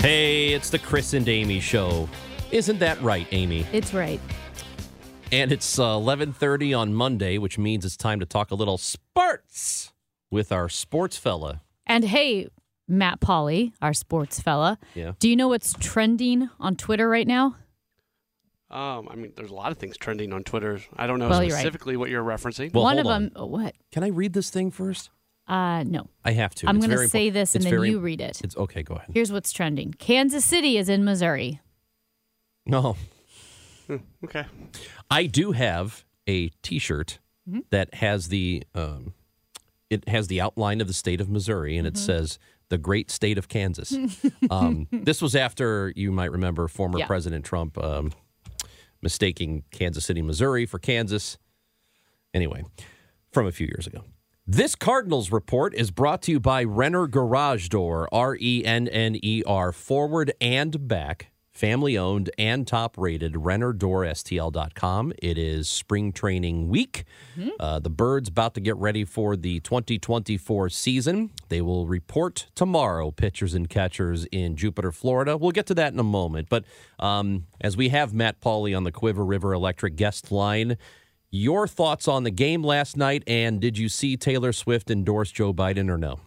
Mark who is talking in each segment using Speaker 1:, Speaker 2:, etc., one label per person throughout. Speaker 1: Hey, it's the Chris and Amy show. Isn't that right, Amy?
Speaker 2: It's right.
Speaker 1: And it's uh, 11:30 on Monday, which means it's time to talk a little sports with our sports fella.
Speaker 2: And hey, Matt Polly, our sports fella.
Speaker 1: Yeah.
Speaker 2: Do you know what's trending on Twitter right now?
Speaker 3: Um, I mean, there's a lot of things trending on Twitter. I don't know
Speaker 2: Well, you're right.
Speaker 3: specifically what you're referencing.
Speaker 1: Well,
Speaker 2: One
Speaker 1: hold
Speaker 2: of
Speaker 1: on.
Speaker 2: them. oh, What?
Speaker 1: Can I read this thing first?
Speaker 2: Uh, no.
Speaker 1: I have to.
Speaker 2: I'm
Speaker 1: It's
Speaker 2: gonna
Speaker 1: very
Speaker 2: say
Speaker 1: important.
Speaker 2: this and
Speaker 1: It's
Speaker 2: then
Speaker 1: very-
Speaker 2: you read it.
Speaker 1: It's okay. Go ahead.
Speaker 2: Here's what's trending. Kansas City is in Missouri.
Speaker 1: No,
Speaker 3: okay.
Speaker 1: I do have a T-shirt that has the um, it has the outline of the state of Missouri, and it says the great state of Kansas. um, this was after you might remember former
Speaker 2: Yeah.
Speaker 1: President Trump um, mistaking Kansas City, Missouri, for Kansas. Anyway, from a few years ago. This Cardinals report is brought to you by Renner Garage Door, R E N N E R, forward and back, family owned and top rated, RennerDoorSTL.com. It is spring training week. Uh, the Birds about to get ready for the 2024 season. They will report tomorrow, pitchers and catchers in Jupiter, Florida. We'll get to that in a moment. But um, as we have Matt Pauley on the Quiver River Electric guest line, your thoughts on the game last night, and did you see Taylor Swift endorse Joe Biden or no?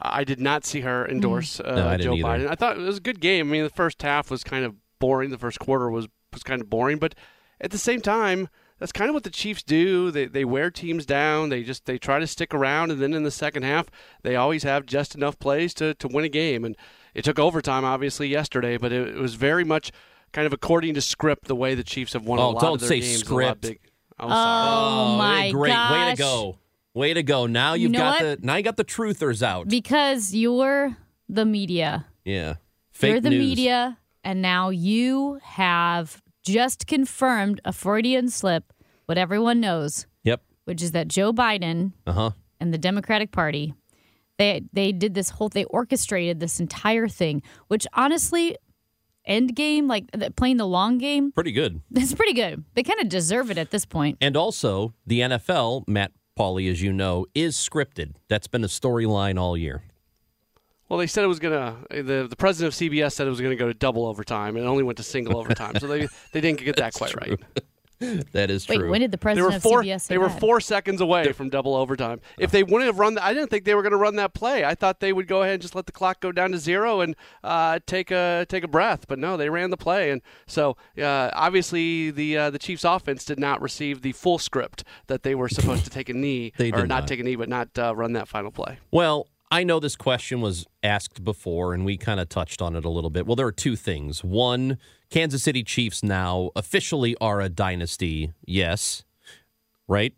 Speaker 3: I did not see
Speaker 2: Mm-hmm.
Speaker 3: her endorse uh,
Speaker 1: No, I didn't
Speaker 3: Joe
Speaker 1: either.
Speaker 3: Biden. I thought it was a good game. I mean, the first half was kind of boring. The first quarter was was kind of boring, but at the same time, that's kind of what the Chiefs do. They they wear teams down. They just they try to stick around, and then in the second half, they always have just enough plays to to win a game. And it took overtime, obviously, yesterday, but it, it was very much kind of according to script the way the Chiefs have won a
Speaker 1: Oh,
Speaker 3: lot
Speaker 1: don't
Speaker 3: of their
Speaker 1: say
Speaker 3: games. A
Speaker 1: script.
Speaker 3: lot big, I'm sorry.
Speaker 2: Oh, my
Speaker 1: eh, great way
Speaker 2: gosh.
Speaker 1: to go! Way to go! Now you've
Speaker 2: know
Speaker 1: got
Speaker 2: what?
Speaker 1: the now you got the truthers out.
Speaker 2: Because you're the media.
Speaker 1: yeah, fake
Speaker 2: you're the
Speaker 1: news.
Speaker 2: media, and now you have just confirmed a Freudian slip, what everyone knows,
Speaker 1: Yep.
Speaker 2: which is that Joe Biden
Speaker 1: Uh huh.
Speaker 2: and the Democratic Party. They they did this whole they orchestrated this entire thing, which honestly, end game like th- playing the long game,
Speaker 1: Pretty good.
Speaker 2: that's pretty good. They kind of deserve it at this point.
Speaker 1: And also, the NFL, Matt Pauley, as you know, is scripted. That's been a storyline all year.
Speaker 3: Well, they said it was gonna. eh, The the president of CBS said it was gonna go to double overtime, and it only went to single overtime. So they they didn't get that quite right.
Speaker 1: That is
Speaker 2: Wait,
Speaker 1: true.
Speaker 2: when did the
Speaker 3: They
Speaker 2: president
Speaker 3: were four.
Speaker 2: of CBS say
Speaker 3: They were
Speaker 2: that?
Speaker 3: four seconds away from double overtime. If they wouldn't have run, the, I didn't think they were gonna run that play. I thought they would go ahead and just let the clock go down to zero and uh, take a take a breath. But no, they ran the play, and so uh, obviously the uh, the Chiefs' offense did not receive the full script that they were supposed to take a knee
Speaker 1: They
Speaker 3: or
Speaker 1: did not.
Speaker 3: take a knee, but not uh, run that final play.
Speaker 1: Well, I know this question was asked before, and we kind of touched on it a little bit. Well, there are two things. One, Kansas City Chiefs now officially are a dynasty. Yes, right?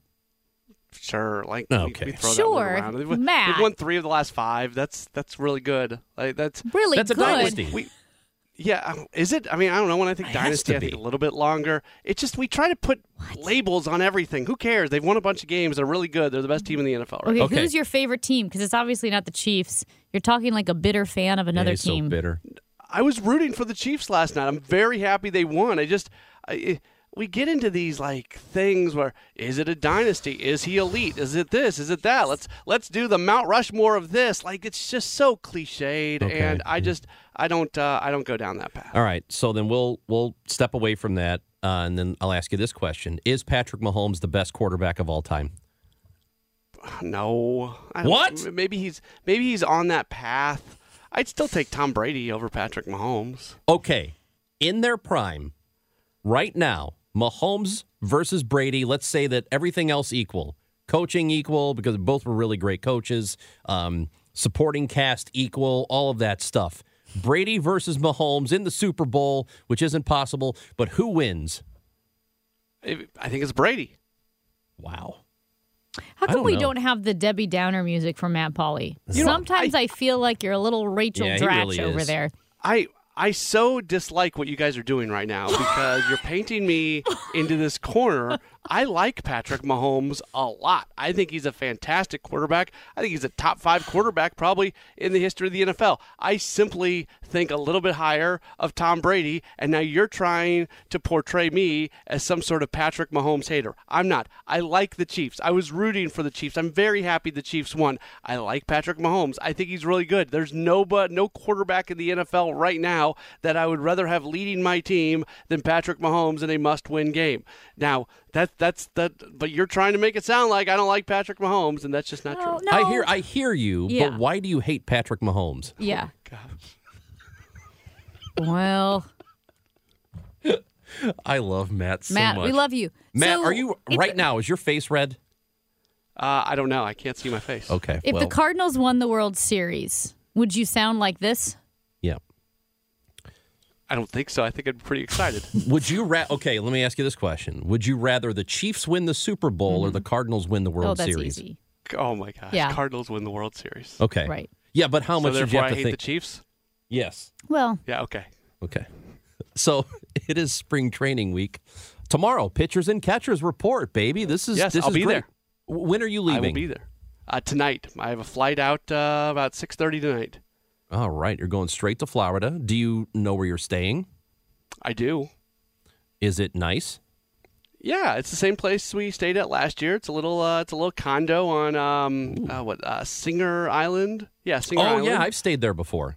Speaker 3: Sure, like we-
Speaker 1: Okay.
Speaker 3: we throw that one
Speaker 2: Sure,
Speaker 3: around. They've, they've
Speaker 2: Matt.
Speaker 3: won three of the last five. That's that's really good. Like that's
Speaker 2: really
Speaker 1: That's a
Speaker 2: good.
Speaker 1: dynasty.
Speaker 3: we. Yeah, I don't- is it? I mean, I don't know. When I think
Speaker 1: It has
Speaker 3: dynasty,
Speaker 1: to
Speaker 3: I think a
Speaker 1: be.
Speaker 3: little bit longer. It's just we try to put labels on everything. Who cares? They've won a bunch of games. They're really good. They're the best team in the NFL. Right?
Speaker 2: Okay,
Speaker 1: Okay.
Speaker 2: who's your favorite team? Because it's obviously not the Chiefs. You're talking like a bitter fan of another
Speaker 1: He's so
Speaker 2: team.
Speaker 1: bitter.
Speaker 3: I was rooting for the Chiefs last night. I'm very happy they won. I just I, we get into these like things where is it a dynasty? Is he elite? Is it this? Is it that? Let's let's do the Mount Rushmore of this. Like it's just so cliched,
Speaker 1: Okay. Mm.
Speaker 3: and I just I don't uh, I don't go down that path.
Speaker 1: All right. So then we'll we'll step away from that, uh, and then I'll ask you this question: Is Patrick Mahomes the best quarterback of all time?
Speaker 3: No. I don't-
Speaker 1: Uh, What?
Speaker 3: Maybe he's maybe he's on that path. I'd still take Tom Brady over Patrick Mahomes.
Speaker 1: Okay, in their prime, right now, Mahomes versus Brady. Let's say that everything else equal, coaching equal because both were really great coaches, um, supporting cast equal, all of that stuff. Brady versus Mahomes in the Super Bowl, which isn't possible, but who wins?
Speaker 3: If- I think it's Brady.
Speaker 1: Wow.
Speaker 2: How come
Speaker 1: don't
Speaker 2: we
Speaker 1: know.
Speaker 2: don't have the Debbie Downer music from Matt Polly? Sometimes I, feel like you're a little Rachel
Speaker 1: Yeah, he
Speaker 2: Dratch
Speaker 1: really
Speaker 2: over
Speaker 1: is.
Speaker 2: there.
Speaker 3: I I so dislike what you guys are doing right now because you're painting me into this corner. I like Patrick Mahomes a lot. I think he's a fantastic quarterback. I think he's a top five quarterback probably in the history of the NFL. I simply think a little bit higher of Tom Brady, and now you're trying to portray me as some sort of Patrick Mahomes hater. I'm not. I like the Chiefs. I was rooting for the Chiefs. I'm very happy the Chiefs won. I like Patrick Mahomes. I think he's really good. There's no but no quarterback in the NFL right now that I would rather have leading my team than Patrick Mahomes in a must-win game. Now, that that's that but you're trying to make it sound like I don't like Patrick Mahomes and that's just not
Speaker 2: Oh,
Speaker 3: true.
Speaker 2: no.
Speaker 1: I hear I hear you,
Speaker 2: Yeah.
Speaker 1: but why do you hate Patrick Mahomes?
Speaker 2: Yeah.
Speaker 1: Oh,
Speaker 2: Well,
Speaker 1: I love Matt so
Speaker 2: Matt,
Speaker 1: much.
Speaker 2: we love you.
Speaker 1: Matt,
Speaker 2: So
Speaker 1: are you
Speaker 2: if-
Speaker 1: right now? Is your face red?
Speaker 3: Uh, I don't know. I can't see my face.
Speaker 1: Okay.
Speaker 2: If
Speaker 1: well,
Speaker 2: the Cardinals won the World Series, would you sound like this?
Speaker 1: yeah.
Speaker 3: I don't think so. I think I'm pretty excited.
Speaker 1: Would you ra- okay? Let me ask you this question: Would you rather the Chiefs win the Super Bowl or the Cardinals win the World
Speaker 2: Mm-hmm. oh, that's
Speaker 1: Series?
Speaker 2: easy.
Speaker 3: oh my gosh.
Speaker 2: Yeah.
Speaker 3: Cardinals win the World Series.
Speaker 1: Okay,
Speaker 2: Right.
Speaker 1: Yeah, but how
Speaker 3: so
Speaker 1: much did you
Speaker 3: therefore
Speaker 1: have
Speaker 3: I
Speaker 1: to
Speaker 3: hate
Speaker 1: think?
Speaker 3: the Chiefs?
Speaker 1: yes.
Speaker 2: Well,
Speaker 3: Yeah, okay.
Speaker 1: Okay. So it is spring training week tomorrow. Pitchers and catchers report, baby. This is
Speaker 3: Yes,
Speaker 1: this
Speaker 3: I'll
Speaker 1: is
Speaker 3: be
Speaker 1: great.
Speaker 3: there.
Speaker 1: W- When are you leaving?
Speaker 3: I will be there uh, tonight. I have a flight out uh, about six thirty tonight.
Speaker 1: All right, you're going straight to Florida. Do you know where you're staying?
Speaker 3: I do.
Speaker 1: Is it nice?
Speaker 3: Yeah, it's the same place we stayed at last year. It's a little, uh, it's a little condo on um, uh, what uh, Singer Island. Yeah, Singer
Speaker 1: oh
Speaker 3: Island.
Speaker 1: yeah, I've stayed there before.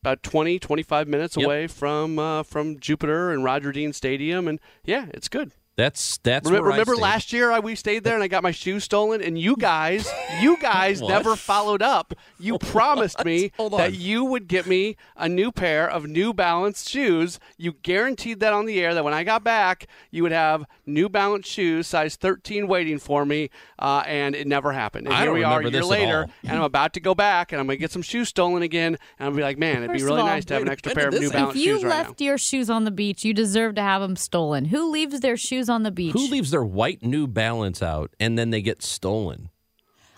Speaker 3: about 20, 25 minutes
Speaker 1: Yep.
Speaker 3: away from uh, from Jupiter and Roger Dean Stadium, and yeah, it's good.
Speaker 1: That's that's
Speaker 3: Remember,
Speaker 1: where I
Speaker 3: remember
Speaker 1: stayed.
Speaker 3: last year I, we stayed there and I got my shoes stolen, and you guys, you guys
Speaker 1: What?
Speaker 3: never followed up. You promised me
Speaker 1: Hold on.
Speaker 3: that you would get me a new pair of New Balance shoes. You guaranteed that on the air that when I got back, you would have New Balance shoes, size 13, waiting for me, uh, and it never happened. And
Speaker 1: I
Speaker 3: here
Speaker 1: don't
Speaker 3: we are a
Speaker 1: remember
Speaker 3: year
Speaker 1: this at
Speaker 3: later,
Speaker 1: all.
Speaker 3: and I'm about to go back, and I'm going to get some shoes stolen again, and I'll be like, man, it'd
Speaker 2: First
Speaker 3: be
Speaker 2: of
Speaker 3: really
Speaker 2: all,
Speaker 3: nice to have an
Speaker 1: wait a
Speaker 3: extra
Speaker 1: minute,
Speaker 3: pair of
Speaker 1: this-
Speaker 3: New
Speaker 1: if
Speaker 3: Balance
Speaker 2: if you
Speaker 3: shoes right now.
Speaker 2: left your shoes on the beach, you deserve to have them stolen. Who leaves their shoes on the beach?
Speaker 1: Who leaves their white New Balance out and then they get stolen?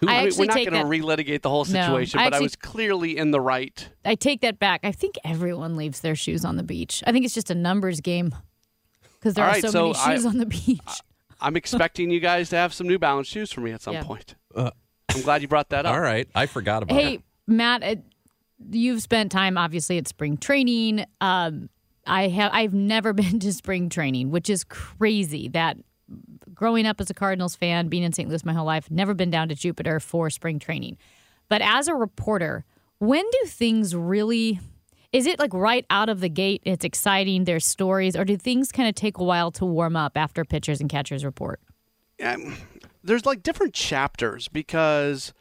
Speaker 1: Who-
Speaker 2: I
Speaker 3: I mean,
Speaker 2: actually
Speaker 3: we're not
Speaker 2: take
Speaker 3: going
Speaker 2: that.
Speaker 3: to relitigate the whole
Speaker 2: No,
Speaker 3: situation,
Speaker 2: I
Speaker 3: but I
Speaker 2: actually-
Speaker 3: was clearly in the right.
Speaker 2: I take that back. I think everyone leaves their shoes on the beach. I think it's just a numbers game because there
Speaker 3: All
Speaker 2: are
Speaker 3: right,
Speaker 2: so,
Speaker 3: so
Speaker 2: many
Speaker 3: I-
Speaker 2: shoes on the beach.
Speaker 3: I'm expecting you guys to have some New Balance shoes for me at some
Speaker 2: Yeah.
Speaker 3: point. I'm glad you brought that up.
Speaker 1: Uh, All right, I forgot about
Speaker 2: hey,
Speaker 1: it.
Speaker 2: Matt, it, you've spent time obviously at spring training. Um, I have. I've never been to spring training, which is crazy. That growing up as a Cardinals fan, being in St. Louis my whole life, never been down to Jupiter for spring training. But as a reporter, when do things really? Is it like right out of the gate? It's exciting. There's stories, or do things kind of take a while to warm up after pitchers and catchers report?
Speaker 3: um, there's like different chapters because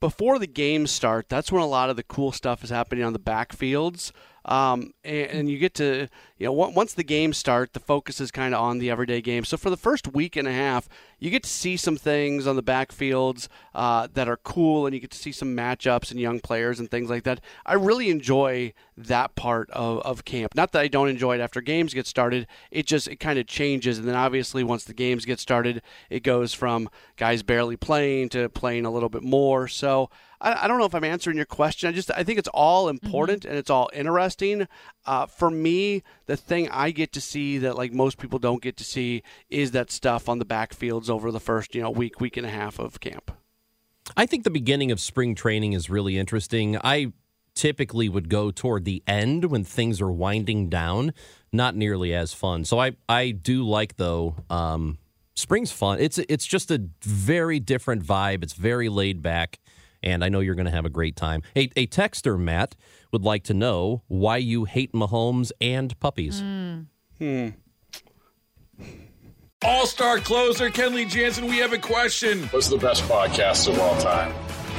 Speaker 3: before the games start, that's when a lot of the cool stuff is happening on the backfields. Um, and, and you get to, you know, on- once the games start, the focus is kind of on the everyday game. So for the first week and a half, you get to see some things on the backfields uh, that are cool, and you get to see some matchups and young players and things like that. I really enjoy that part of, of camp. Not that I don't enjoy it after games get started. It just it kind of changes, and then obviously once the games get started, it goes from guys barely playing to playing a little bit more. So I, I don't know if I'm answering your question. I just I think it's all important and it's all interesting. Uh, for me, the thing I get to see that like most people don't get to see is that stuff on the backfields over the first you know week week and a half of camp.
Speaker 1: I think the beginning of spring training is really interesting. I typically would go toward the end when things are winding down, not nearly as fun. So I I do like though um spring's fun. It's it's just a very different vibe. It's very laid back and I know you're going to have a great time. A, a texter Matt would like to know why you hate Mahomes and puppies.
Speaker 4: All-star closer Kenley Jansen, we have a question.
Speaker 5: What's the best podcast of all time?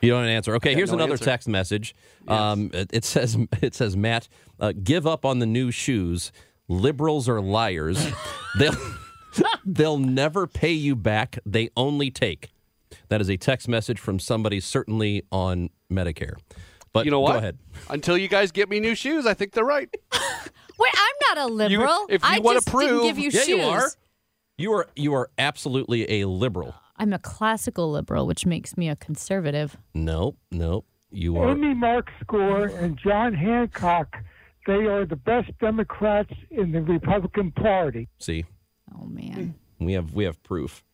Speaker 1: You don't have an answer. Okay, here's
Speaker 3: no
Speaker 1: another
Speaker 3: answer.
Speaker 1: text message. Um, it, it says it says Matt, uh, give up on the new shoes. Liberals are liars. they'll they'll never pay you back. They only take. That is a text message from somebody certainly on Medicare. But
Speaker 3: You know what?
Speaker 1: Go ahead.
Speaker 3: Until you guys get me new shoes, I think they're right.
Speaker 2: Wait, I'm not a liberal.
Speaker 3: if you
Speaker 2: I
Speaker 3: wanna
Speaker 2: just didn't
Speaker 3: prove-
Speaker 2: give you
Speaker 1: yeah,
Speaker 2: shoes.
Speaker 1: you are. You are you are absolutely a liberal.
Speaker 2: I'm a classical liberal, which makes me a conservative.
Speaker 1: No, no, you are.
Speaker 6: Amy Marks Gore and John Hancock, they are the best Democrats in the Republican Party.
Speaker 1: See,
Speaker 2: Oh man.
Speaker 1: we have we have proof.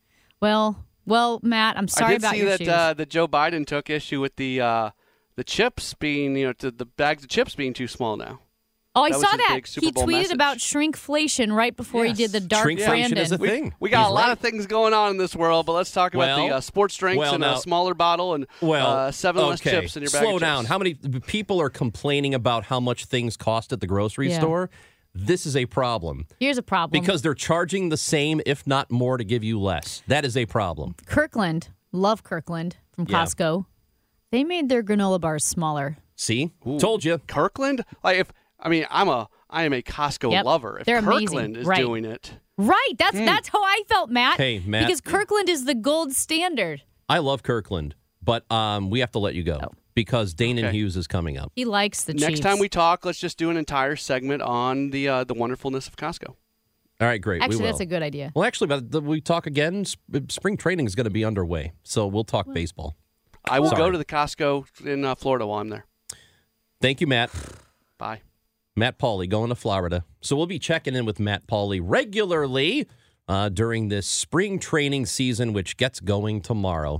Speaker 2: Well, well, Matt, I'm sorry
Speaker 3: I did
Speaker 2: about
Speaker 3: see
Speaker 2: your
Speaker 3: that
Speaker 2: shoes.
Speaker 3: Uh, that Joe Biden took issue with the uh, the chips being you know to the bags of chips being too small now.
Speaker 2: oh, I
Speaker 3: that was
Speaker 2: saw
Speaker 3: his
Speaker 2: that.
Speaker 3: big Super
Speaker 2: He
Speaker 3: Bowl
Speaker 2: tweeted
Speaker 3: message.
Speaker 2: about shrinkflation right before he did the dark
Speaker 1: Shrinkflation
Speaker 2: Brandon.
Speaker 1: is a thing.
Speaker 3: We got
Speaker 1: He's
Speaker 3: a lot
Speaker 1: right.
Speaker 3: of things going on in this world, but let's talk about
Speaker 1: Well-
Speaker 3: the uh, sports drinks
Speaker 1: well,
Speaker 3: and
Speaker 1: now-
Speaker 3: a smaller bottle and
Speaker 1: Well,
Speaker 3: uh, seven less
Speaker 1: okay.
Speaker 3: chips in your bag.
Speaker 1: Slow
Speaker 3: of
Speaker 1: down.
Speaker 3: chips.
Speaker 1: How many people are complaining about how much things cost at the grocery
Speaker 2: Yeah.
Speaker 1: store? This is a problem
Speaker 2: Here's a problem.
Speaker 1: because they're charging the same, if not more, to give you less. That is a problem.
Speaker 2: Kirkland, love Kirkland from
Speaker 1: Yeah.
Speaker 2: Costco. They made their granola bars smaller.
Speaker 1: See, told you.
Speaker 3: Kirkland? Like if I mean I'm a I am a Costco
Speaker 2: Yep.
Speaker 3: lover. If
Speaker 2: They're amazing.
Speaker 3: Kirkland is
Speaker 2: Right.
Speaker 3: doing it,
Speaker 2: Right. That's
Speaker 3: Hmm.
Speaker 2: that's how I felt, Matt.
Speaker 1: Hey, Matt.
Speaker 2: Because Kirkland is the gold standard.
Speaker 1: I love Kirkland, but um, we have to let you
Speaker 3: Oh.
Speaker 1: go because Dane and Hughes is coming up.
Speaker 2: He likes the
Speaker 3: next
Speaker 2: Chiefs.
Speaker 3: time we talk, let's just do an entire segment on the uh, the wonderfulness of Costco.
Speaker 1: All right, great. we
Speaker 2: Actually,
Speaker 1: will.
Speaker 2: that's a good idea.
Speaker 1: Well, actually, by the, we talk again. sp- Spring training is going to be underway, so we'll talk baseball.
Speaker 3: I will
Speaker 1: Sorry.
Speaker 3: go to the Costco in uh, Florida while I'm there.
Speaker 1: Thank you, Matt.
Speaker 3: Bye.
Speaker 1: Matt Pauley going to Florida. So we'll be checking in with Matt Pauley regularly uh, during this spring training season, which gets going tomorrow.